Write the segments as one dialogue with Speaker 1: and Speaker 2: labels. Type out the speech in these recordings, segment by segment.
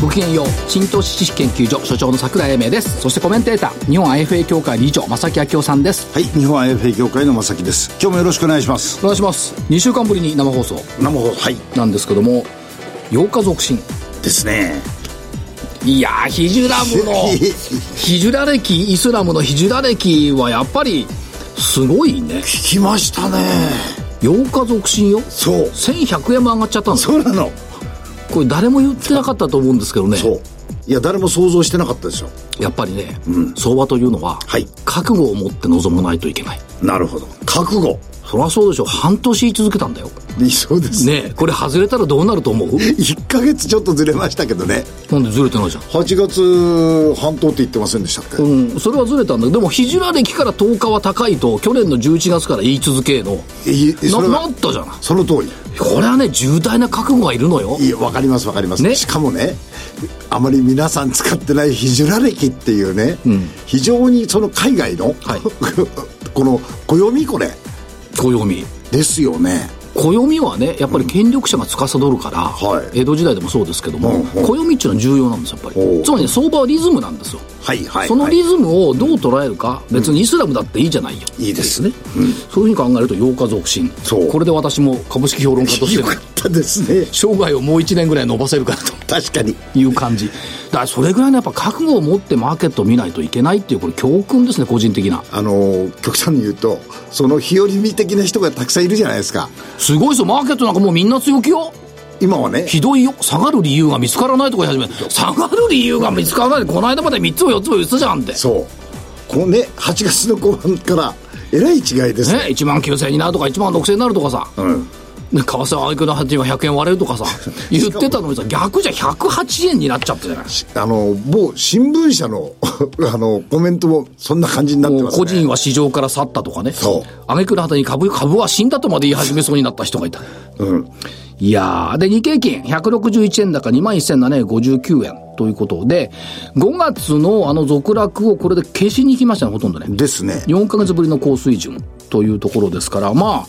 Speaker 1: ごきげんよう新投資知識研究所所長の桜井英明ですそしてコメンテーター日本 IFA 協会理事長正木昭夫さんです
Speaker 2: はい、日本 IFA 協会の正木です。今日もよろしくお願いします。
Speaker 1: お願いします2週間ぶりに生放送
Speaker 2: 生放送、はい。
Speaker 1: なんですけども8日続進
Speaker 2: ですね。
Speaker 1: いやーヒジュラムのヒジュラ歴イスラムのヒジュラ歴はやっぱりすごいね
Speaker 2: 聞きましたね。
Speaker 1: 8日続進よ
Speaker 2: そう
Speaker 1: 1100円も上がっちゃったんですよ
Speaker 2: そうなの。
Speaker 1: これ誰も言ってなかったと思うんですけどね
Speaker 2: そう。いや、誰も想像してなかったですよ。
Speaker 1: やっぱりね、相場というのは、
Speaker 2: はい
Speaker 1: 覚悟を持って臨まないといけない
Speaker 2: なるほど。覚悟。
Speaker 1: そりゃそうでしょ半年続けたんだよ
Speaker 2: 理想です。
Speaker 1: ねえこれ外れたらどうなると思う
Speaker 2: 1ヶ月ちょっとずれましたけどね。
Speaker 1: なんでずれてないじゃん
Speaker 2: 8月半島って言ってませんでしたっけ、
Speaker 1: うん、それはずれたんだけどでもヒジュラ歴から10日は高いと去年の11月から言い続けの
Speaker 2: いいそれ
Speaker 1: な
Speaker 2: は
Speaker 1: なったじゃない
Speaker 2: その通り。
Speaker 1: これはね重大な覚悟がいるのよ
Speaker 2: いや、わかりますわかります、
Speaker 1: ね
Speaker 2: しかもね、あまり皆さん使ってないヒジュラ歴っていうね、非常にその海外の、
Speaker 1: はい
Speaker 2: この暦これ
Speaker 1: 暦
Speaker 2: ですよね。
Speaker 1: 暦はねやっぱり権力者が司るから、
Speaker 2: はい
Speaker 1: 江戸時代でもそうですけども、
Speaker 2: うんうん
Speaker 1: 暦っていうのは重要なんですよやっぱ
Speaker 2: お
Speaker 1: り
Speaker 2: う
Speaker 1: つまりね相場はリズムなんですよ
Speaker 2: はいはい、
Speaker 1: その
Speaker 2: はい
Speaker 1: リズムをどう捉えるか、別にイスラムだっていいじゃないよ。
Speaker 2: いいですね
Speaker 1: そういうふうに考えると8日続進。
Speaker 2: そう
Speaker 1: これで私も株式評論家として
Speaker 2: よ
Speaker 1: も
Speaker 2: かったですね
Speaker 1: 生涯をもう1年ぐらい伸ばせるかなと
Speaker 2: 確かに
Speaker 1: いう感じ。だからそれぐらいのやっぱ覚悟を持ってマーケットを見ないといけないっていう、これ教訓ですね、個人的な。
Speaker 2: あの極端に言うとその日和見的な人がたくさんいるじゃないですか
Speaker 1: すごいですよ、マーケットなんかもうみんな強気よ。
Speaker 2: 今はね
Speaker 1: ひどいよ。下がる理由が見つからないとか言い始めて下がる理由が見つからない。この間まで3つも4つも言ってたじゃんって。
Speaker 2: そうこのね8月の後半からえらい違いですね
Speaker 1: ね、1万9000円になるとか1万6000円になるとかさ。
Speaker 2: うん
Speaker 1: で為替はあいくら8円は100円割れるとか さ言ってたのにさ逆じゃ108円になっちゃったじゃない
Speaker 2: しあの某新聞社の あのコメントもそんな感じになって
Speaker 1: もう
Speaker 2: ますね
Speaker 1: 個人は市場から去ったとかね
Speaker 2: そう
Speaker 1: あげくらはたに株株は死んだとまで言い始めそうになった人がいた
Speaker 2: うん
Speaker 1: いやーで日経金161円高21,759円ということで5月のあの続落をこれで消しに行きましたねほとんどね
Speaker 2: ですね
Speaker 1: 4ヶ月ぶりの高水準というところですからまあ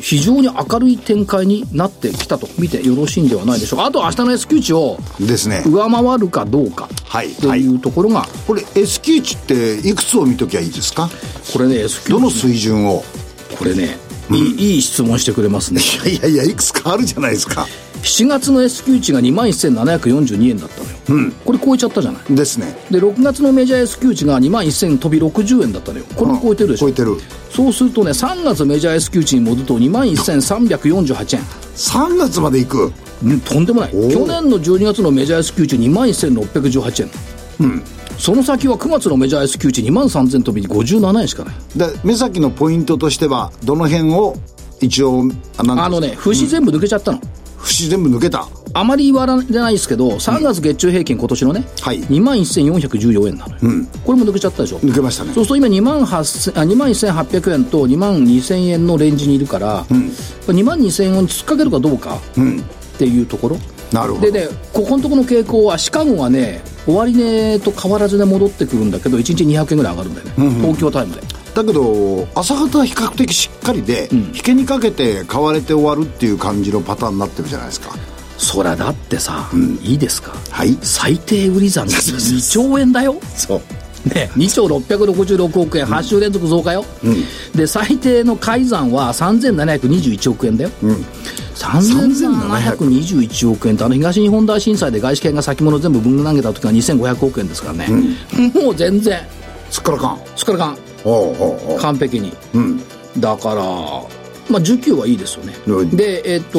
Speaker 1: 非常に明るい展開になってきたと見てよろしいんではないでしょうかあと明日の S q 値を
Speaker 2: ですね
Speaker 1: 上回るかどうか
Speaker 2: はい
Speaker 1: というところが、
Speaker 2: これ S q 値っていくつを見ときゃいいですか
Speaker 1: これね S q
Speaker 2: どの水準を
Speaker 1: これね、いいいい質問してくれますね
Speaker 2: いやいやいやいくつかあるじゃないですか
Speaker 1: 7月の S q 値が2万1742円だったのよ、これ超えちゃったじゃない
Speaker 2: ですね
Speaker 1: で6月のメジャー S q 値が2万1000飛び60円だったのよこれも超えてるでしょ、
Speaker 2: 超えてる
Speaker 1: そうするとね3月メジャー S q 値に戻ると2万1348円
Speaker 2: 3月まで行く
Speaker 1: うんとんでもない去
Speaker 2: お
Speaker 1: 年の12月のメジャー S q 値2万1618円、その先は9月のメジャー S q 値2万3000飛び57円しかない
Speaker 2: で目先のポイントとしてはどの辺を一応あなん
Speaker 1: あのね節全部抜けちゃったの、
Speaker 2: 節全部抜けた
Speaker 1: あまり言われないですけど3月月中平均今年のね、
Speaker 2: はい
Speaker 1: 2万1414円なのよ、これも抜けちゃったでしょ
Speaker 2: 抜けましたね
Speaker 1: そうすると今2万8あ2万1800円と2万2000円のレンジにいるから、2万2000円を突っかけるかどうかっていうところ、
Speaker 2: なるほ
Speaker 1: で
Speaker 2: ど
Speaker 1: ね、ここのところの傾向は、シカゴはね、終値と変わらずね、戻ってくるんだけど、1日200円ぐらい上がるんだよね、東京タイムで。
Speaker 2: だけど朝方は比較的しっかりで、引けにかけて買われて終わるっていう感じのパターンになってるじゃないですか
Speaker 1: そらだってさ、いいですか、
Speaker 2: はい
Speaker 1: 最低売り算2兆 円だよ。
Speaker 2: そう
Speaker 1: ね、2兆666億円、8週連続増加よ、で最低の改ざんは3721億円だよ、3721億円ってあの東日本大震災で外資系が先物全部ぶん投げた時は2500億円ですからね、もう全然
Speaker 2: すっからかん
Speaker 1: すっからかん
Speaker 2: おうおうおう
Speaker 1: 完璧に、
Speaker 2: うん
Speaker 1: だから、まあ、需給はいいですよね、
Speaker 2: うん
Speaker 1: で、えっと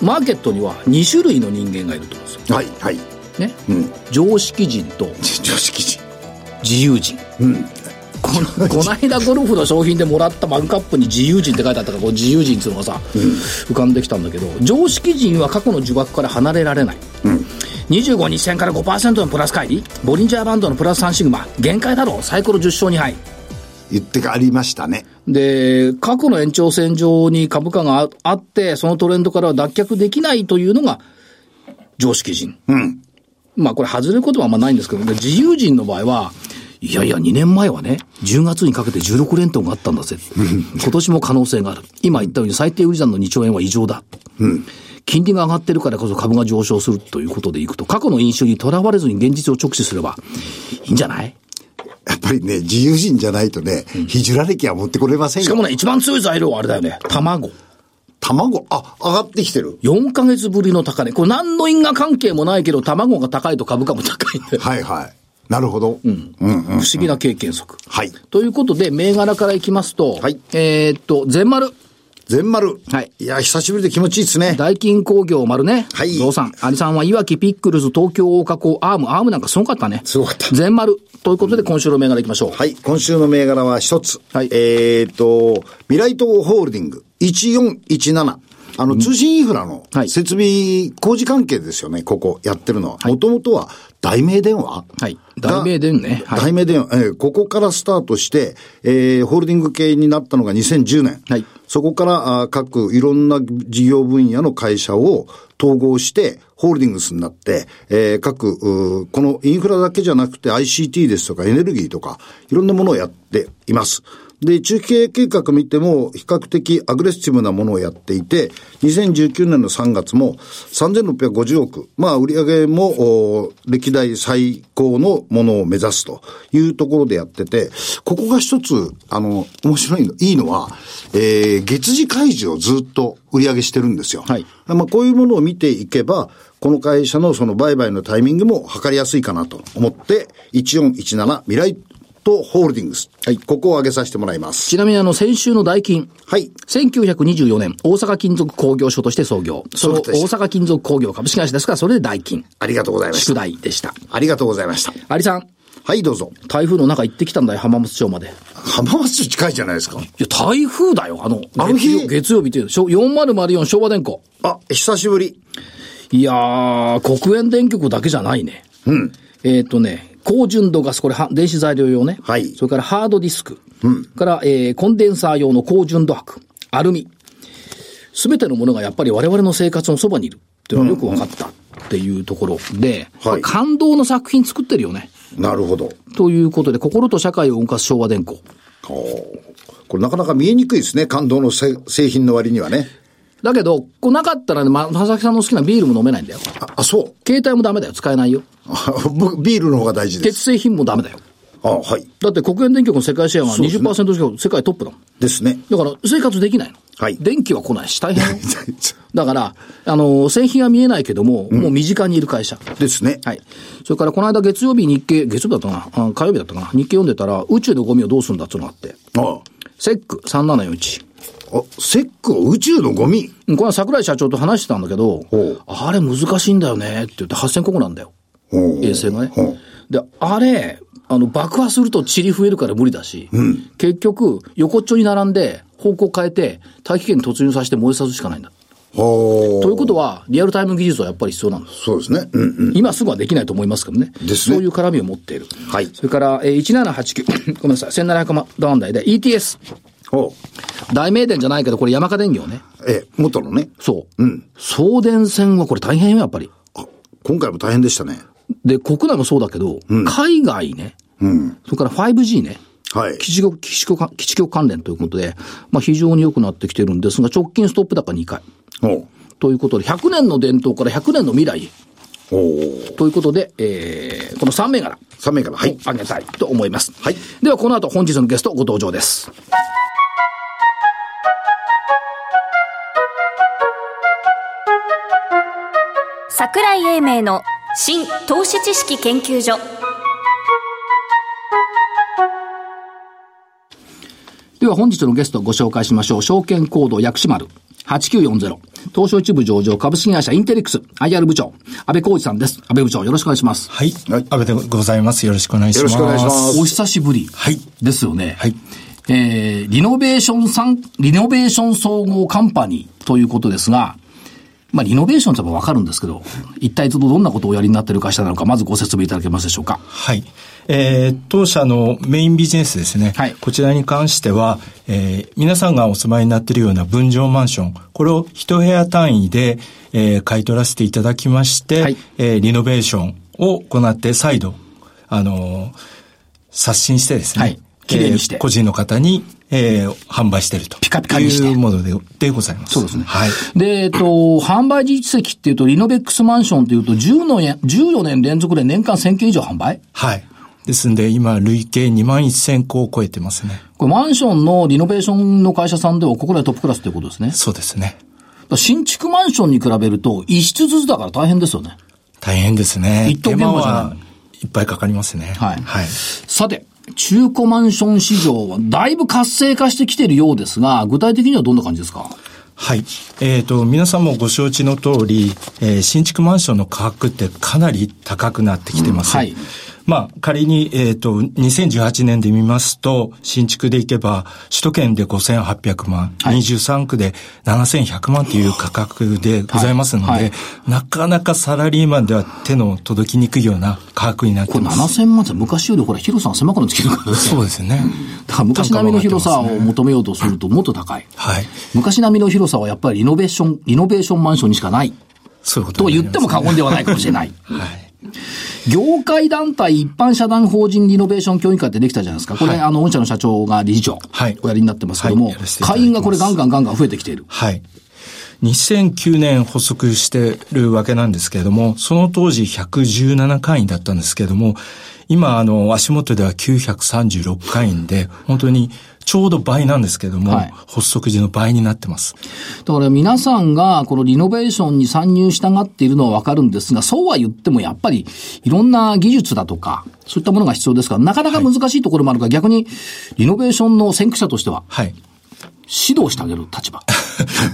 Speaker 1: マーケットには2種類の人間がいると思うんですよ、
Speaker 2: はいはい
Speaker 1: ね
Speaker 2: うん
Speaker 1: 常識人と
Speaker 2: 常識人
Speaker 1: 自由人
Speaker 2: うん
Speaker 1: この この間ゴルフの商品でもらったマグカップに自由人って書いてあったからこう自由人っていうのがさ、浮かんできたんだけど常識人は過去の呪縛から離れられない、25日線から5%のプラス乖離ボリンジャーバンドのプラス3シグマ限界だろうサイコロ10勝2敗
Speaker 2: 言ってありましたね。
Speaker 1: で、過去の延長線上に株価がああって、そのトレンドからは脱却できないというのが、常識人。
Speaker 2: うん。
Speaker 1: まあこれ外れることはあんまないんですけど、自由人の場合は、いやいや、2年前はね、10月にかけて16連投があったんだぜ。今年も可能性がある。今言ったように最低売り算の2兆円は異常だ。金利が上がってるからこそ株が上昇するということでいくと、過去の印象にとらわれずに現実を直視すればいいんじゃない
Speaker 2: やっぱりね、自由人じゃないとね、ひじゅら歴は持ってこれませんよ。
Speaker 1: しかもね、一番強い材料はあれだよね。卵。
Speaker 2: 卵、あ、上がってきてる。
Speaker 1: 4ヶ月ぶりの高値。これ何の因果関係もないけど、卵が高いと株価も高いんで。
Speaker 2: はいはい。なるほど。うん。うん
Speaker 1: 不思議な経験則。
Speaker 2: はい。
Speaker 1: ということで、銘柄からいきますと、
Speaker 2: はい
Speaker 1: えーっと、全丸、
Speaker 2: 全丸。
Speaker 1: はい
Speaker 2: いや、久しぶりで気持ちいいですね。
Speaker 1: 大金工業丸ね、
Speaker 2: はい
Speaker 1: ゾウさん、アリさんはいわき、ピックルズ、東京大加工、アーム、アームなんかすごかったね。
Speaker 2: すごかった
Speaker 1: 全丸。ということで、今週の銘柄いきましょう。
Speaker 2: はい。今週の銘柄は一つ。
Speaker 1: はい
Speaker 2: えっ、と、未来党ホールディング1417。あの、通信インフラの
Speaker 1: はい
Speaker 2: 設備工事関係ですよね、ここやってるのは。もともとは、大名電話
Speaker 1: はい大名電ねはい
Speaker 2: 大名電話、えーここからスタートして、えーホールディング系になったのが2010年。
Speaker 1: はい
Speaker 2: そこから、あー各いろんな事業分野の会社を統合して、ホールディングスになって、えー各、うーこのインフラだけじゃなくて ICT ですとかエネルギーとか、いろんなものをやっています。で、中期経営計画見ても、比較的アグレッシブなものをやっていて、2019年の3月も3650億、まあ、売上も、おー歴代最高のものを目指すというところでやってて、ここが一つ、あの、面白いの、いいのは、えー、月次開示をずっと売り上げしてるんですよ。
Speaker 1: はい
Speaker 2: まあ、こういうものを見ていけば、この会社のその売買のタイミングも測りやすいかなと思って、1417未来とホールディングス。はい。ここを上げさせてもらいます。
Speaker 1: ちなみに、あの、先週の大金。
Speaker 2: はい。
Speaker 1: 1924年、大阪金属工業所として創業。その
Speaker 2: そう
Speaker 1: 大
Speaker 2: でした
Speaker 1: 阪金属工業株式会社ですから、それで大金。
Speaker 2: ありがとうございま
Speaker 1: 宿
Speaker 2: した。
Speaker 1: 題でした。
Speaker 2: ありがとうございました。
Speaker 1: アリさん、
Speaker 2: はい、どうぞ。
Speaker 1: 台風の中行ってきたんだよ、浜松町まで。
Speaker 2: 浜松町近いじゃないですか。
Speaker 1: いや、台風だよ、あの、
Speaker 2: あの日
Speaker 1: 月曜月曜日っていうの、しょ4004昭和電工。
Speaker 2: あ、久しぶり。
Speaker 1: いやー、国営電力だけじゃないね。
Speaker 2: うん。
Speaker 1: えっ、とね、高純度ガス、これは、電子材料用ね。
Speaker 2: はい
Speaker 1: それからハードディスク。うん。から、えー、コンデンサー用の高純度箔。アルミ。すべてのものがやっぱり我々の生活のそばにいる。っていうのがよく分かった。っていうところで、
Speaker 2: はい
Speaker 1: 感動の作品作ってるよね。
Speaker 2: なるほど。
Speaker 1: ということで、心と社会を動かす昭和電工。
Speaker 2: おーこれなかなか見えにくいですね。感動のせ製品の割にはね。
Speaker 1: だけど、こうなかったらね、ま、まさきさんの好きなビールも飲めないんだよ。
Speaker 2: あ、あそう。
Speaker 1: 携帯もダメだよ。使えないよ。
Speaker 2: あ 僕ビールの方が大事です。
Speaker 1: 鉄製品もダメだよ。
Speaker 2: あ、はい。
Speaker 1: だって国営電局の世界シェアが
Speaker 2: そうですね
Speaker 1: 20%近く世界トップだもん。
Speaker 2: ですね。
Speaker 1: だから生活できないの。
Speaker 2: はい
Speaker 1: 電気は来ないし、大変よ。だから、あの、製品は見えないけども、もう身近にいる会社。
Speaker 2: ですね。
Speaker 1: はい。それから、この間月曜日日経、月曜日だったかなあ火曜日だったかな日経読んでたら、宇宙のゴミをどうするんだっていうのがあって。
Speaker 2: あ
Speaker 1: セック3741。
Speaker 2: あ、セックを宇宙のゴミ。
Speaker 1: うんこれは桜井社長と話してたんだけど
Speaker 2: ほう、
Speaker 1: あれ難しいんだよねって言って8000個ぐらいなんだよ。
Speaker 2: おー
Speaker 1: 衛星がね
Speaker 2: ほう。
Speaker 1: で、あれ、あの、爆破すると塵増えるから無理だし、結局、横っちょに並んで、方向変えて、大気圏に突入させて燃えさすしかないんだ。
Speaker 2: ほう
Speaker 1: ということは、リアルタイム技術はやっぱり必要なんです。
Speaker 2: そうですね。うんうん。
Speaker 1: 今すぐはできないと思いますけどね。
Speaker 2: ですね
Speaker 1: そういう絡みを持っている。
Speaker 2: はい
Speaker 1: それから、えー1789、ごめんな さい、1700万台で ETS。
Speaker 2: お
Speaker 1: 大名電じゃないけど、これ山下電業ね。
Speaker 2: え、元のね。
Speaker 1: そう。
Speaker 2: うん
Speaker 1: 送電線はこれ大変よ、やっぱり。
Speaker 2: あ、今回も大変でしたね。
Speaker 1: で、国内もそうだけど、海外ね、
Speaker 2: うん。
Speaker 1: それから 5G ね、
Speaker 2: はい。
Speaker 1: 基地局、基地局関、基地局関連ということで、まあ非常に良くなってきてるんですが、直近ストップ高2回。
Speaker 2: おう
Speaker 1: ということで、100年の伝統から100年の未来へ。
Speaker 2: おー
Speaker 1: ということで、えー、この3銘柄。
Speaker 2: 3名から。はい。
Speaker 1: あげたいと思います。
Speaker 2: はい
Speaker 1: では、この後、本日のゲストご登場です。
Speaker 3: 桜井英明の新投資知識研究所
Speaker 1: では、本日のゲストをご紹介しましょう。証券コード薬師丸8940。東証一部上場株式会社インテリックス IR 部長、安倍浩二さんです。安倍部長、よろしくお願いします。
Speaker 4: はい。
Speaker 2: はい
Speaker 4: 安倍でございます。よろしくお願いします。
Speaker 2: よろしくお願いします
Speaker 1: お久しぶり。
Speaker 4: はい
Speaker 1: ですよね。
Speaker 4: はい
Speaker 1: えー、リノベーションさん、リノベーション総合カンパニーということですが、まあ、リノベーションといえばわかるんですけど、一体どどんなことをおやりになっている会社なのか、まずご説明いただけますでしょうか。
Speaker 4: はい。えー当社のメインビジネスですね。
Speaker 1: はい
Speaker 4: こちらに関しては、えー皆さんがお住まいになっているような分譲マンション、これを一部屋単位で、えー買い取らせていただきまして、
Speaker 1: はい
Speaker 4: えーリノベーションを行って再度、あのー刷新してですね。
Speaker 1: はい綺麗にして
Speaker 4: えー個人の方に、えー販売していると。
Speaker 1: ピカピカにして
Speaker 4: いうものででございます。そうですね。はい。
Speaker 1: で、えっと、販売実績っていうと、リノベックスマンションっていうと、10のや14年連続で年間1000件以上販売
Speaker 4: はい。ですんで、今、累計2万1000個を超えてますね。
Speaker 1: これマンションのリノベーションの会社さんでは、ここらトップクラスということですね。だか
Speaker 4: そうですね。
Speaker 1: ら新築マンションに比べると、一室ずつだから大変ですよね。
Speaker 4: 大変ですね。
Speaker 1: 一等
Speaker 4: 手
Speaker 1: 現
Speaker 4: 間
Speaker 1: 場じゃない
Speaker 4: はいっぱいかかりますね。
Speaker 1: はい
Speaker 4: はい。
Speaker 1: さて、中古マンション市場はだいぶ活性化してきているようですが、具体的にはどんな感じですか
Speaker 4: はい。えっ、と、皆さんもご承知の通り、えー新築マンションの価格ってかなり高くなってきてます。
Speaker 1: うんはい
Speaker 4: まあ、仮に、えっ、と、2018年で見ますと、新築でいけば、首都圏で5800万、
Speaker 1: はい
Speaker 4: 23区で7100万という価格でございますので、
Speaker 1: はいはい
Speaker 4: なかなかサラリーマンでは手の届きにくいような価格になっ
Speaker 1: こ
Speaker 4: て
Speaker 1: れ
Speaker 4: ます。
Speaker 1: 7000万って昔よりほら、広さが狭くなってきてるから ね。
Speaker 4: そうですね。
Speaker 1: だから昔並みの広さを求めようとするともっと高い。
Speaker 4: はい。
Speaker 1: 昔並みの広さはやっぱりリノベーション、リノベーションマンションにしかない。
Speaker 4: そういうこと
Speaker 1: と
Speaker 4: に
Speaker 1: 言
Speaker 4: なり
Speaker 1: っ
Speaker 4: ます
Speaker 1: ても過言ではないかもしれない。
Speaker 4: はい。
Speaker 1: 業界団体一般社団法人リノベーション協議会ってできたじゃないですか。これ、
Speaker 4: はい
Speaker 1: あの、御社の社長が理事長。
Speaker 4: はい
Speaker 1: おやりになってますけども、
Speaker 4: はいやらせていただい
Speaker 1: 会
Speaker 4: てます
Speaker 1: 員がこれガンガンガンガン増えてきている。
Speaker 4: はい。2009年発足してるわけなんですけれども、その当時117会員だったんですけれども、今、あの、足元では936会員で、本当にちょうど倍なんですけれども、
Speaker 1: はい
Speaker 4: 発足時の倍になってます。
Speaker 1: だから皆さんがこのリノベーションに参入したがっているのはわかるんですが、そうは言ってもやっぱりいろんな技術だとか、そういったものが必要ですから、なかなか難しいところもあるから、逆にリノベーションの先駆者としては
Speaker 4: はい。
Speaker 1: 指導してあげる 立場。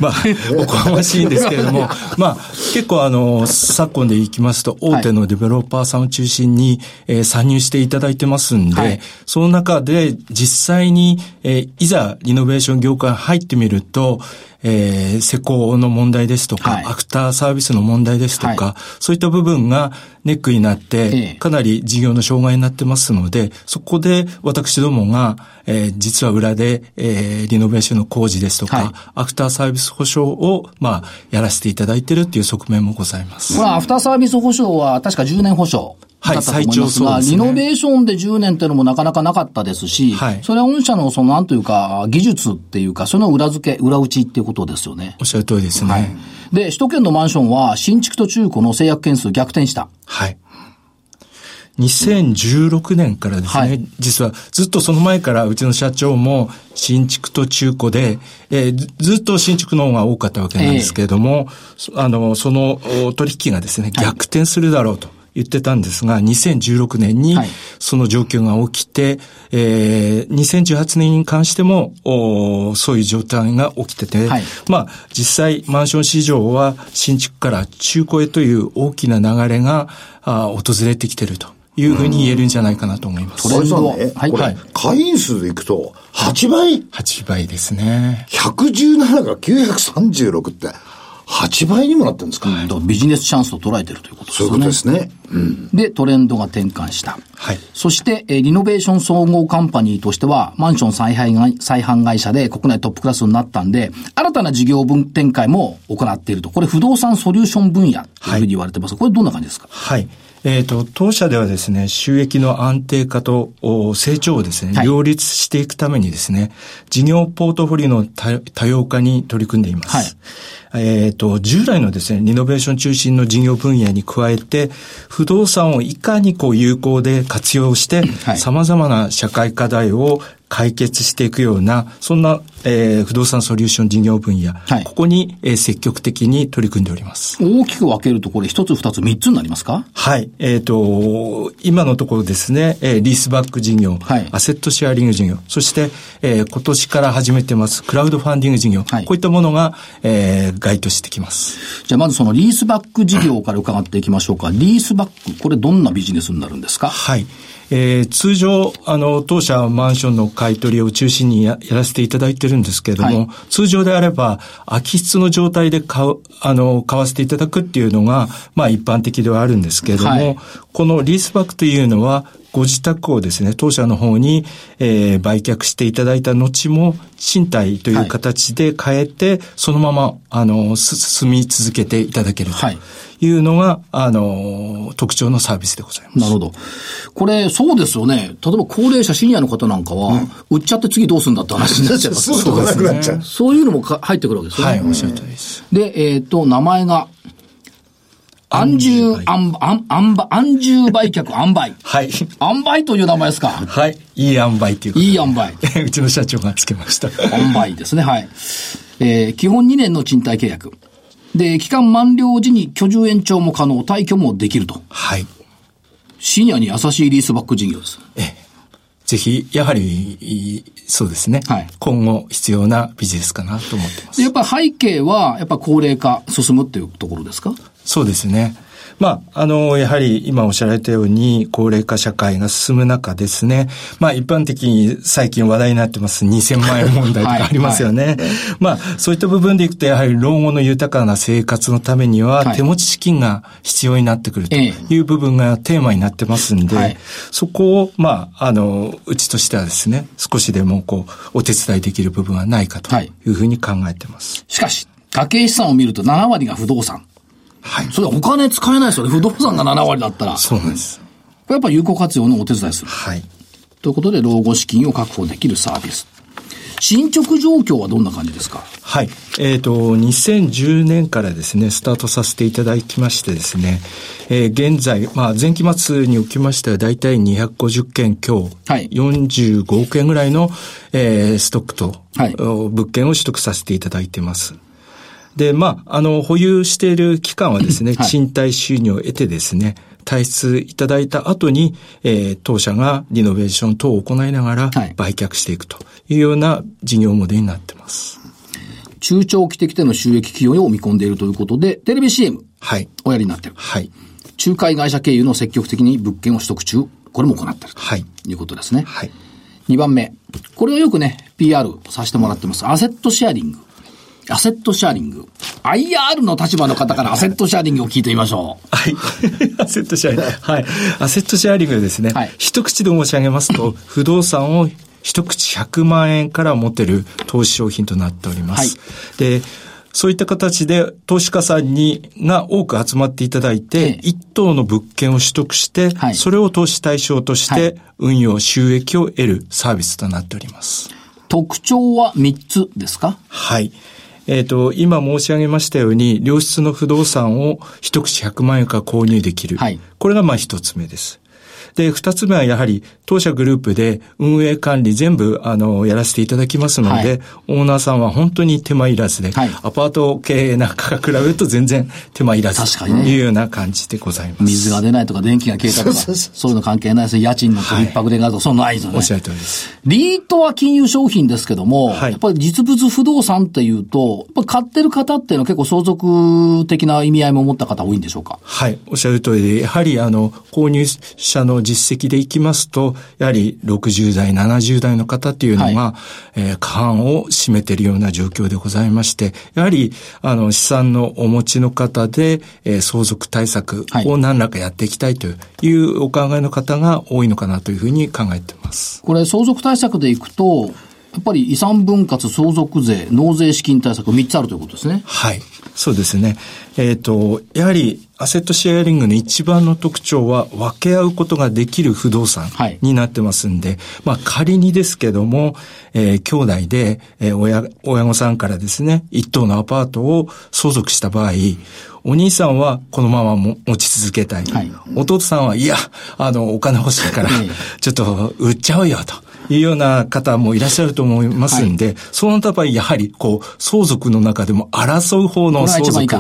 Speaker 4: まあ、おこがましいんですけ れども、まあ、結構あの、昨今でいきますと、大手のデベロッパーさんを中心に、えー参入していただいてますんで、
Speaker 1: はい
Speaker 4: その中で実際に、えーいざリノベーション業界に入ってみると、えー施工の問題ですとか、
Speaker 1: はい
Speaker 4: アクターサービスの問題ですとか、
Speaker 1: は
Speaker 4: そういった部分がネックになって、
Speaker 1: ええ
Speaker 4: かなり事業の障害になってますので、そこで私どもが、えー実は裏で、えーリノベーションの工事ですとか、
Speaker 1: はい
Speaker 4: アクターサービス保証を、まあ、やらせていただいてるっていう側面もございます。
Speaker 1: これはアフターサービス保証は確か10年保証。
Speaker 4: はい
Speaker 1: だったと思いますが、
Speaker 4: 最長そうです
Speaker 1: リ
Speaker 4: ね
Speaker 1: ノベーションで10年っていうのもなかなかなかったですし、
Speaker 4: はい
Speaker 1: それは御社のそのなんというか、技術っていうか、その裏付け、裏打ちっていうことですよね。
Speaker 4: おっしゃる通りですね。はい。
Speaker 1: で、首都圏のマンションは新築と中古の制約件数逆転した。
Speaker 4: 2016年からですね、
Speaker 1: はい
Speaker 4: 実はずっとその前からうちの社長も新築と中古で、えーずずっと新築の方が多かったわけなんですけれども、そあの、そのお取引がですね、逆転するだろうと言ってたんですが、2016年に
Speaker 1: はい
Speaker 4: その状況が起きて、えー2018年に関しても、おーそういう状態が起きてて、
Speaker 1: はい
Speaker 4: まあ、実際、マンション市場は新築から中古へという大きな流れが、あ訪れてきてるというふうに言えるんじゃないかなと思います。
Speaker 1: トレンド
Speaker 2: あれさね
Speaker 1: はい
Speaker 2: これ
Speaker 4: はい
Speaker 2: 会員数でいくと、8倍
Speaker 4: 8倍ですね。
Speaker 2: !117 が936って、8倍にもなってるんですか、
Speaker 1: だからビジネスチャンスと捉えてるということです
Speaker 2: そうい
Speaker 1: よ
Speaker 2: うこと
Speaker 1: ね
Speaker 2: で。すね。うん。
Speaker 1: で、トレンドが転換した。
Speaker 4: はい。
Speaker 1: そして、えーリノベーション総合カンパニーとしては、マンション再販会再販会社で国内トップクラスになったんで、新たな事業分展開も行っていると。これ、不動産ソリューション分野というふうに言われてます。これ、どんな感じですか
Speaker 4: はい。えっ、と、当社ではですね、収益の安定化とお成長をですね、
Speaker 1: はい
Speaker 4: 両立していくためにですね、事業ポートフォリオの多多様化に取り組んでいます。えっ、と、従来のですね、リノベーション中心の事業分野に加えて、不動産をいかにこう有効で活用して、
Speaker 1: はい
Speaker 4: 様々な社会課題を解決していくような、そんな、えー不動産ソリューション事業分野、
Speaker 1: はい
Speaker 4: ここに、えー積極的に取り組んでおります。
Speaker 1: 大きく分けると、これ、一つ、二つ、三つになりますか
Speaker 4: はい。えっ、と、今のところですね、えーリースバック事業、
Speaker 1: はい
Speaker 4: アセットシェアリング事業、そして、えー今年から始めてます、クラウドファンディング事業、
Speaker 1: はい
Speaker 4: こういったものが、えー該当してきます。
Speaker 1: じゃあ、まずそのリースバック事業から伺っていきましょうか。リースバック、これ、どんなビジネスになるんですか
Speaker 4: はい。えー通常、あの、当社はマンションの買い取りを中心にややらせていただいてるんですけれども、
Speaker 1: はい
Speaker 4: 通常であれば、空き室の状態で買う、あの、買わせていただくっていうのが、まあ一般的ではあるんですけれども、
Speaker 1: はい
Speaker 4: このリースバックというのは、ご自宅をですね、当社の方に、えー売却していただいた後も、賃貸という形で変えて、そのまま、あの、す住み続けていただける
Speaker 1: はい
Speaker 4: というのが、あの、特徴のサービスでございます。
Speaker 1: なるほど。これ、そうですよね。例えば高齢者、シニアの方なんかは、売っちゃって次どうするんだって話になっちゃい ます
Speaker 2: すぐなくなっちゃう。
Speaker 1: そういうのもか入ってくるわけですよね。
Speaker 4: はい、おっしゃる通りです。
Speaker 1: で、えっ、と、名前が、安住、安、安、安、安住売却、安売。
Speaker 4: はい。
Speaker 1: 安売という名前ですか。
Speaker 4: はい。いい塩梅ということで
Speaker 1: いい塩梅
Speaker 4: うちの社長がつけました。
Speaker 1: 販売ですね、はい。えー基本2年の賃貸契約。で、期間満了時に居住延長も可能、退去もできると。
Speaker 4: はい。
Speaker 1: シニアに優しいリースバック事業です。
Speaker 4: ええぜひ、やはり、いいそうですね。
Speaker 1: はい
Speaker 4: 今後必要なビジネスかなと思ってます。
Speaker 1: でやっぱり背景は、やっぱ高齢化進むっていうところですか
Speaker 4: そうですね。まあ、あの、やはり今おっしゃられたように、高齢化社会が進む中ですね。まあ、一般的に最近話題になってます2000万円問題と
Speaker 1: はい
Speaker 4: かありますよね。まあ、そういった部分でいくと、やはり老後の豊かな生活のために
Speaker 1: は
Speaker 4: は、
Speaker 1: い
Speaker 4: 手持ち資金が必要になってくると
Speaker 1: え
Speaker 4: いう部分がテーマになってますんで、
Speaker 1: はい
Speaker 4: そこを、まあ、あの、うちとしてはですね、少しでもこう、お手伝いできる部分はないかと
Speaker 1: はい
Speaker 4: いうふうに考えてます。
Speaker 1: しかし、家計資産を見ると7割が不動産。
Speaker 4: はい。
Speaker 1: それはお金使えないですよね。不動産が7割だったら。こ
Speaker 4: そうなんです。
Speaker 1: れやっぱ有効活用のお手伝いする。
Speaker 4: はい。
Speaker 1: ということで、老後資金を確保できるサービス。進捗状況はどんな感じですか
Speaker 4: はい。えっ、と、2010年からですね、スタートさせていただきましてですね、えー現在、まあ、前期末におきましては、だいたい250件強、
Speaker 1: はい
Speaker 4: 45億円ぐらいの、えーストックと、
Speaker 1: はい
Speaker 4: お物件を取得させていただいてます。で、まあ、あの、保有している期間はですね、
Speaker 1: はい
Speaker 4: 賃貸収入を得てですね、退出いただいた後に、えー当社がリノベーション等を行いながら
Speaker 1: はい
Speaker 4: 売却していくというような事業モデルになってます。
Speaker 1: 中長期的での収益企業を見込んでいるということで、テレビ CM
Speaker 4: はい。
Speaker 1: おやりになってる。
Speaker 4: はい。
Speaker 1: 仲介会社経由の積極的に物件を取得中。これも行ってる
Speaker 4: はい。
Speaker 1: ということですね。
Speaker 4: はい。
Speaker 1: 2番目。これはよくね、PR させてもらってます。アセットシェアリング。アセットシェアリング。IR の立場の方からアセットシェアリングを聞いてみましょう。
Speaker 4: はい。 アセットシェアリング。はい。アセットシェアリングはですね、
Speaker 1: はい
Speaker 4: 一口で申し上げます と、不動産を一口100万円から持てる投資商品となっております。
Speaker 1: は
Speaker 4: で、そういった形で投資家さんに、が多く集まっていただい
Speaker 1: え
Speaker 4: て
Speaker 1: え、
Speaker 4: 一棟の物件を取得して、
Speaker 1: はい
Speaker 4: それを投資対象とし
Speaker 1: は
Speaker 4: て運用、収益を得るサービスとなっております。
Speaker 1: 特徴は3つですか
Speaker 4: はい。えっ、と、今申し上げましたように、良質の不動産を一口100万円から購入できる。
Speaker 1: はい
Speaker 4: これがまあ一つ目です。で、二つ目はやはり、当社グループで運営管理全部、あの、やらせていただきますので、
Speaker 1: はい
Speaker 4: オーナーさんは本当に手間いらずで、
Speaker 1: はい
Speaker 4: アパート経営なんかが比べると全然手間いらず
Speaker 1: 確か
Speaker 4: と
Speaker 1: にね
Speaker 4: いうような感じでございます。
Speaker 1: 水が出ないとか電気が消えたとか、
Speaker 2: そうそうそう
Speaker 1: そういうの関係ないです。家賃の取りっぱぐれがあるとか、そういうのないですよね。
Speaker 4: おっしゃる通りです。
Speaker 1: リートは金融商品ですけども、
Speaker 4: はい
Speaker 1: やっぱり実物不動産っていうと、やっぱ買ってる方っていうのは結構相続的な意味合いも持った方多いんでしょうか
Speaker 4: はい、おっしゃる通りで、やはりあの、購入者の実績でいきますと、やはり60代、70代の方っていうのが、えー過半を占めているような状況でございまして、やはり、あの、資産のお持ちの方で、えー相続対策
Speaker 1: はい
Speaker 4: を何らかやっていきたいというお考えの方が多いのかなというふうに考えてます。
Speaker 1: これ相続対策でいくと、やっぱり遺産分割、相続税、納税資金対策3つあるということですね。
Speaker 4: はい。そうですね。えっ、と、やはり、アセットシェアリングの一番の特徴は、分け合うことができる不動産
Speaker 1: はい
Speaker 4: になってますんで、まあ仮にですけども、えー兄弟で、えー親、親御さんからですね、一棟のアパートを相続した場合、お兄さんはこのままも持ち続けたい。
Speaker 1: はい
Speaker 4: 弟さんは、いや、あの、お金欲しいから
Speaker 1: ええ、
Speaker 4: ちょっと売っちゃうよ、というような方もいらっしゃると思いますんで、そうなった場合、やはり、こう、相続の中でも争う方の
Speaker 1: これが
Speaker 4: 相
Speaker 1: 一番
Speaker 4: 続
Speaker 1: いか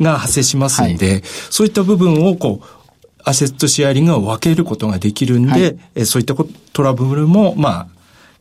Speaker 1: ん
Speaker 4: が発生しますんで、そういった部分を、こう、アセットシェアリングを分けることができるんで、
Speaker 1: はい
Speaker 4: えそういったことトラブルも、まあ、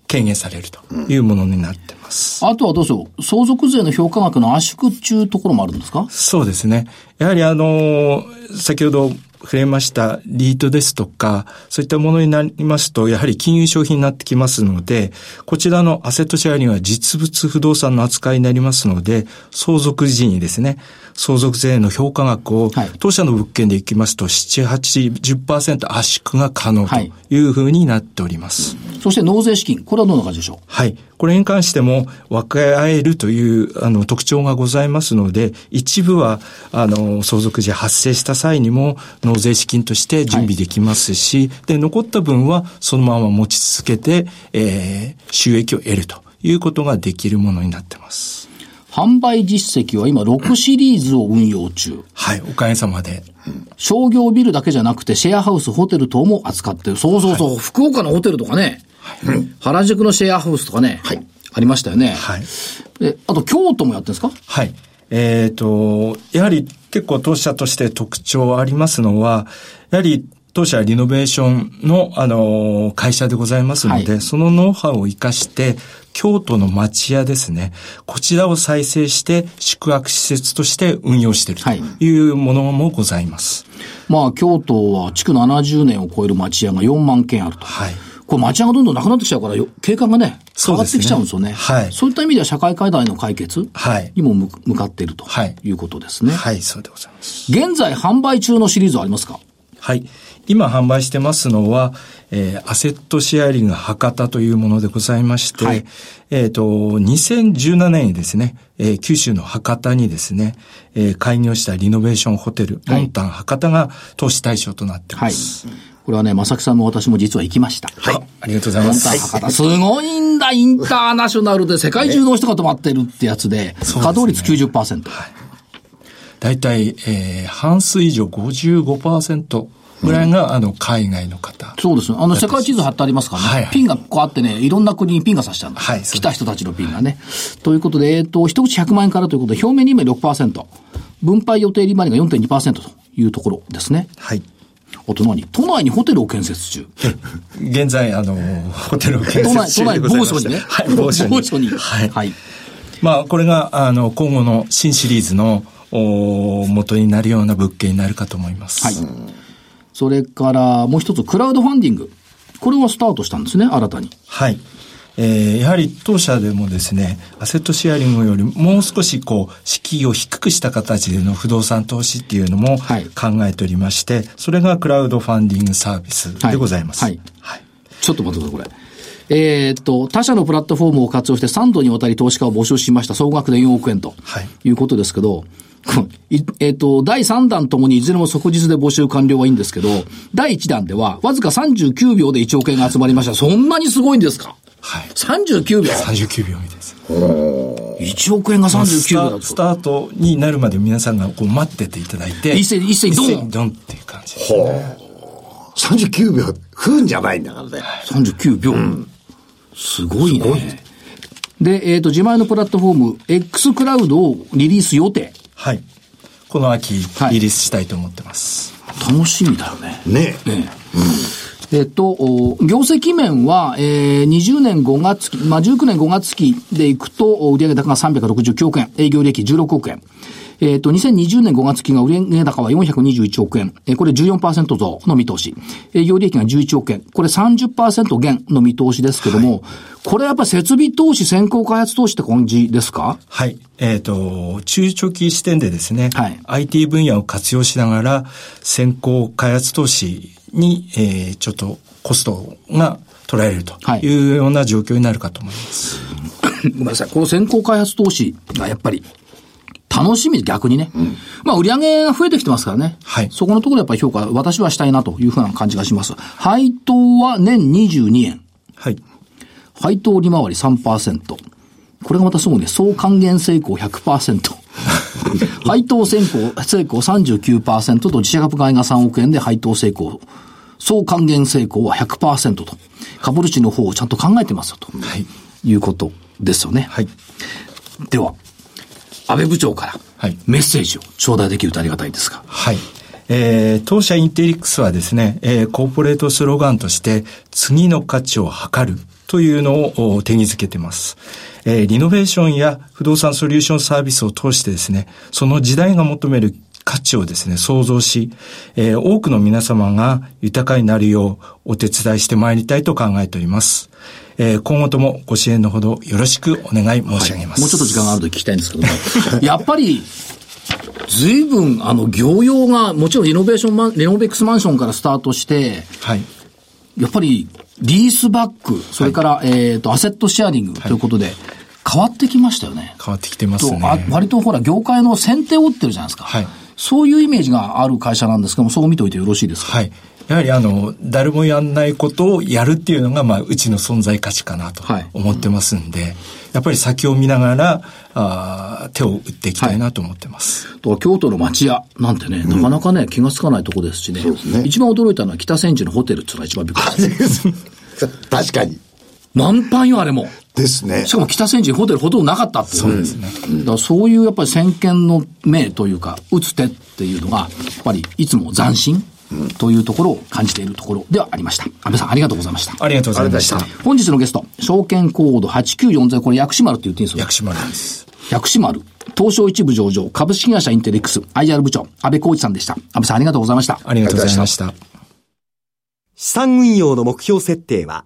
Speaker 4: 軽減されるというものになってます。
Speaker 1: あとはどうでしょう相続税の評価額の圧縮っていうところもあるんですか
Speaker 4: そうですね。やはりあの、先ほど触れましたリートですとか、そういったものになりますと、やはり金融商品になってきますので、こちらのアセットシェアには実物不動産の扱いになりますので、相続時にですね、相続税の評価額を
Speaker 1: はい、
Speaker 4: 当社の物件でいきますと、7、8、10%圧縮が可能と
Speaker 1: はい
Speaker 4: いうふうになっております。
Speaker 1: そして納税資金、これはどんな感じでしょう
Speaker 4: はい。これに関しても分け合えるというあの特徴がございますので、一部はあの相続時発生した際にも納税資金として準備できますし、で、残った分はそのまま持ち続けて、えー収益を得るということができるものになってます。
Speaker 1: 販売実績は今6シリーズを運用中。
Speaker 4: はい。おかげさまで。
Speaker 1: 商業ビルだけじゃなくてシェアハウス、ホテル等も扱ってる。そうそうそう。福岡のホテルとかね、原宿のシェアハウスとかね。ありましたよね。
Speaker 4: はい。
Speaker 1: で、あと京都もやってるんですか
Speaker 4: はい。えっ、と、やはり結構当社として特徴ありますのは、やはり当社はリノベーションの、あのー、会社でございますので、
Speaker 1: はい
Speaker 4: そのノウハウを活かして、京都の町屋ですね。こちらを再生して、宿泊施設として運用している
Speaker 1: はい
Speaker 4: というものもございます。
Speaker 1: まあ、京都は築70年を超える町屋が4万件あると。
Speaker 4: はい
Speaker 1: これ町屋がどんどんなくなってきちゃうから、よ景観がね、
Speaker 4: そ
Speaker 1: 変
Speaker 4: う
Speaker 1: わ
Speaker 4: で
Speaker 1: っ
Speaker 4: す
Speaker 1: て
Speaker 4: ね
Speaker 1: きちゃうんですよね。
Speaker 4: はい
Speaker 1: そういった意味では社会課題の解決
Speaker 4: はい
Speaker 1: にも向向かっていると
Speaker 4: はい
Speaker 1: いうことですね。
Speaker 4: はい、そうでございます。
Speaker 1: 現在販売中のシリーズはありますか
Speaker 4: はい。今販売してますのは、えーアセットシェアリング博多というものでございまして、
Speaker 1: はい
Speaker 4: えっ、と、2017年にですね、えー九州の博多にですね、えー開業したリノベーションホテル、
Speaker 1: はい
Speaker 4: モンタン博多が投資対象となってま
Speaker 1: はい
Speaker 4: す。。
Speaker 1: これはね、正木さんも私も実は行きました。はい。
Speaker 4: ありがとうございます。
Speaker 1: 博多、すごいんだ、インターナショナルで世界中の人が泊まってるってやつで、
Speaker 4: すね
Speaker 1: 稼働率90%。
Speaker 4: 大体、えー半数以上55%ぐらいが、あの、海外の方。
Speaker 1: そうですね。あの、世界地図貼ってありますからね。
Speaker 4: はいはい
Speaker 1: ピンがこうあってね、いろんな国にピンが刺してあるんだ。
Speaker 4: はいそうです
Speaker 1: 来た人たちのピンがね。ということで、えっ、と、一口100万円からということで、表面利回り6%、分配予定利回りが4.2%というところですね。
Speaker 4: はい。
Speaker 1: あと何都内にホテルを建設中。
Speaker 4: 現在、あの、ホテルを建
Speaker 1: 都内、
Speaker 4: 設
Speaker 1: 都
Speaker 4: 中
Speaker 1: 内、
Speaker 4: でござ
Speaker 1: 某
Speaker 4: いま
Speaker 1: 所
Speaker 4: し
Speaker 1: に
Speaker 4: て
Speaker 1: ね。
Speaker 4: はい、某所に。
Speaker 1: はい。
Speaker 4: は。
Speaker 1: はいい。
Speaker 4: まあ、これが、あの、今後の新シリーズの、お元になるような物件になるかと思います。
Speaker 1: はいそれから、もう一つ、クラウドファンディング。これはスタートしたんですね、新たに。
Speaker 4: はい。えーやはり当社でもですね、アセットシェアリングよりもう少しこう、敷居を低くした形での不動産投資っていうのも
Speaker 1: はい
Speaker 4: 考えておりまして、それがクラウドファンディングサービスでございます。
Speaker 1: はい
Speaker 4: はい。
Speaker 1: ちょっと待ってください、これ。えーっと、他社のプラットフォームを活用して3度にわたり投資家を募集しました。総額で4億円と。
Speaker 4: はい
Speaker 1: い。うことですけど、これいえーっと、第3弾ともにいずれも即日で募集完了はいいんですけど、第1弾では、わずか39秒で1億円が集まりました。そんなにすごいんですか
Speaker 4: はい。
Speaker 1: ?39 秒
Speaker 4: 39秒目です。
Speaker 1: ?1 億円が
Speaker 4: ス
Speaker 1: 39秒だ
Speaker 4: タ
Speaker 1: と
Speaker 4: ス。タートになるまで皆さんがこう待ってていただいて。
Speaker 1: 一斉に一斉にドン
Speaker 4: 一斉にドンっていう感じです。
Speaker 2: 39秒、食うんじゃないんだからね。
Speaker 1: 39秒。すごいね。で、えーっと、自前のプラットフォーム、X クラウドをリリース予定。
Speaker 4: はい。この秋、
Speaker 1: はい
Speaker 4: リリースしたいと思ってます。
Speaker 1: 楽しみだよね。
Speaker 2: ねえ。
Speaker 1: ねえっと、お業績面は、えー、20年5月期、まあ、19年5月期でいくと、お売上高が369億円、営業利益16億円。えっと、2020年5月期が売上高は421億円。えーこれ14%増の見通し。営業利益が11億円。これ30%減の見通しですけども、これやっぱ設備投資、先行開発投資って感じですか
Speaker 4: はい。えっ、と、中長期視点でですね、
Speaker 1: はい
Speaker 4: IT 分野を活用しながら、先行開発投資に、えーちょっとコストが取られると
Speaker 1: はい
Speaker 4: いうような状況になるかと思います。
Speaker 1: ごめんなさい。この先行開発投資がやっぱり、楽しみ、逆にね。まあ、売り上げが増えてきてますからね。
Speaker 4: はい
Speaker 1: そこのところやっぱり評価、私はしたいなというふうな感じがします。配当は年22円。
Speaker 4: はい。
Speaker 1: 配当利回り3%。これがまたすごいね。総還元成功100%。配当成功、成功39%と自社株買いが3億円で配当成功。総還元成功は100%と。株主の方をちゃんと考えてますよと。
Speaker 4: はい。
Speaker 1: いうことですよね。
Speaker 4: はい。
Speaker 1: では、安倍部長から、
Speaker 4: はい
Speaker 1: メッセージを頂戴できるとありがたいんですが。
Speaker 4: はい。えー当社インテリックスはですね、えーコーポレートスローガンとして、次の価値を測るというのをお定義づけてます。えーリノベーションや不動産ソリューションサービスを通してですね、その時代が求める価値をですね、創造し、えー多くの皆様が豊かになるようお手伝いしてまいりたいと考えております。えー今後ともご支援のほどよろしくお願い申し上げます。
Speaker 1: もうちょっと時間があると聞きたいんですけども、 やっぱり、ずいぶん、あの、業用が、もちろんリノベーションマン、レノベックスマンションからスタートして、
Speaker 4: はい。
Speaker 1: やっぱり、リースバック、それから、えっ、と、アセットシェアリングということで、変わってきましたよね。
Speaker 4: 変わってきてます
Speaker 1: と
Speaker 4: ね。
Speaker 1: あ割とほら、業界の先手を打ってるじゃないですか。
Speaker 4: はい
Speaker 1: そういうイメージがある会社なんですけども、そう見ておいてよろしいですか。
Speaker 4: はい。やはりあの、誰もやんないことをやるっていうのが、まあ、うちの存在価値かなと
Speaker 1: はい
Speaker 4: 思ってますんで、やっぱり先を見ながら、あー手を打っていきたいなと思ってます。
Speaker 1: と京都の町屋なんてね、なかなかね、気がつかないとこですしね。
Speaker 2: ですね
Speaker 1: 一番驚いたのは北千住のホテルっていうのが一番びっくりした。
Speaker 2: 確かに。
Speaker 1: 満帆よ、あれも。
Speaker 2: ですね
Speaker 1: し。かも北千住にホテルほとんどなかったっていう。そうですね。だからそういうやっぱり先見の明というか、打つ手っていうのが、やっぱりいつも斬新というところを感じているところではありました。安倍さん、ありがとうございました。
Speaker 4: ありがとうございました。
Speaker 1: 本日のゲスト、証券コード8940、これ薬師丸って言っていいんですよ
Speaker 4: 薬。師丸です。
Speaker 1: 薬師丸、東証一部上場、株式会社インテレックス、IR 部長、安倍浩二さんでした。安倍さん、ありがとうございました。
Speaker 4: ありがとうございました。
Speaker 5: 資産運用の目標設定は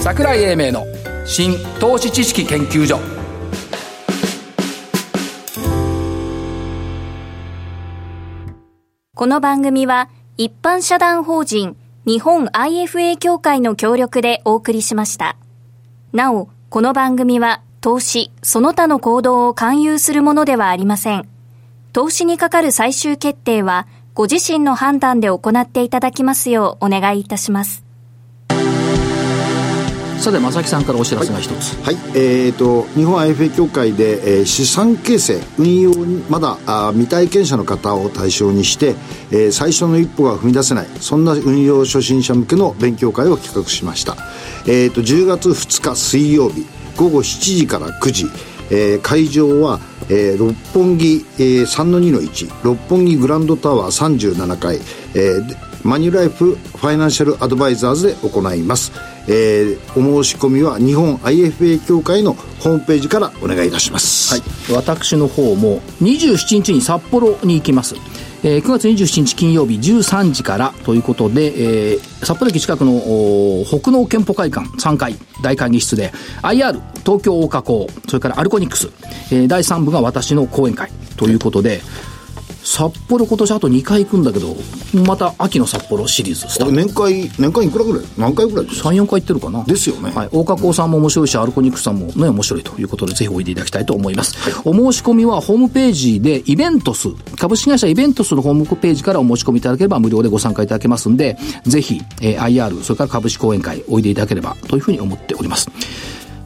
Speaker 1: 桜井英明の新投資知識研究所
Speaker 3: この番組は一般社団法人日本 IFA 協会の協力でお送りしました。なお、この番組は投資、その他の行動を勧誘するものではありません。投資にかかる最終決定はご自身の判断で行っていただきますようお願いいたします。
Speaker 1: さて正木さんからお知らせが一つ、
Speaker 2: はい、えー、と日本 IFA 協会で、えー資産形成運用にまだあー未体験者の方を対象にして、えー最初の一歩が踏み出せないそんな運用初心者向けの勉強会を企画しました、えー、と10月2日水曜日午後7時から9時、えー会場は、えー六本木、えー3の2の1六本木グランドタワー37階、えーでマニュライフファイナンシャルアドバイザーズで行います、えーお申し込みは日本 IFA 協会のホームページからお願いいたします、
Speaker 1: はい、私の方も27日に札幌に行きます、えー9月27日金曜日13時からということで、えー札幌駅近くのおー北農憲法会館3階大会議室で IR 東京大加工それからアルコニックス、えー第3部が私の講演会ということで札幌今年あと2回行くんだけどまた秋の札幌シリーズスター
Speaker 2: こ
Speaker 1: ト
Speaker 2: れ年会年間いくらぐらい何回ぐらいですか
Speaker 1: 34回行ってるかな
Speaker 2: ですよね
Speaker 1: はい、大加工さんも面白いしアルコニックさんもね面白いということでぜひおいでいただきたいと思います、お申し込みはホームページでイベントス株式会社イベントスのホームページからお申し込みいただければ無料でご参加いただけますんでぜひ、えー IR それから株式講演会おいでいただければというふうに思っております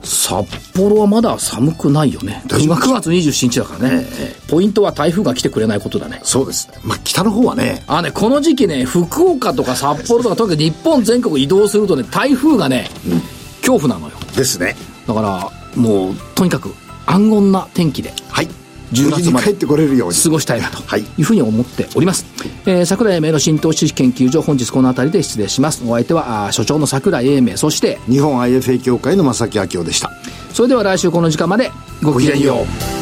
Speaker 1: 札幌はまだ寒くないよね
Speaker 2: 大
Speaker 1: 今
Speaker 2: 丈夫で
Speaker 1: 9
Speaker 2: す
Speaker 1: 月27日だからね、ポイントは台風が来てくれないことだね
Speaker 2: そうですねまあ北の方はね
Speaker 1: あのね、この時期ね、福岡とか札幌とか、とにかく日本全国移動するとね、台風がね、恐怖なのよ。
Speaker 2: ですね
Speaker 1: だから、もう、とにかく、安穏な天気で
Speaker 2: はい
Speaker 1: 10
Speaker 2: 10
Speaker 1: 月
Speaker 2: 月
Speaker 1: ま
Speaker 2: に
Speaker 1: で
Speaker 2: 帰ってこれるように
Speaker 1: 過ごしたいなと
Speaker 2: はい
Speaker 1: いうふうに思っております。えー桜井英明の浸透知識研究所、本日この辺りで失礼します。お相手は、あー所長の桜井英明、そして、
Speaker 2: 日本 IFA 協会の正木明夫でした
Speaker 1: それでは来週この時間まで、ごきげんよう。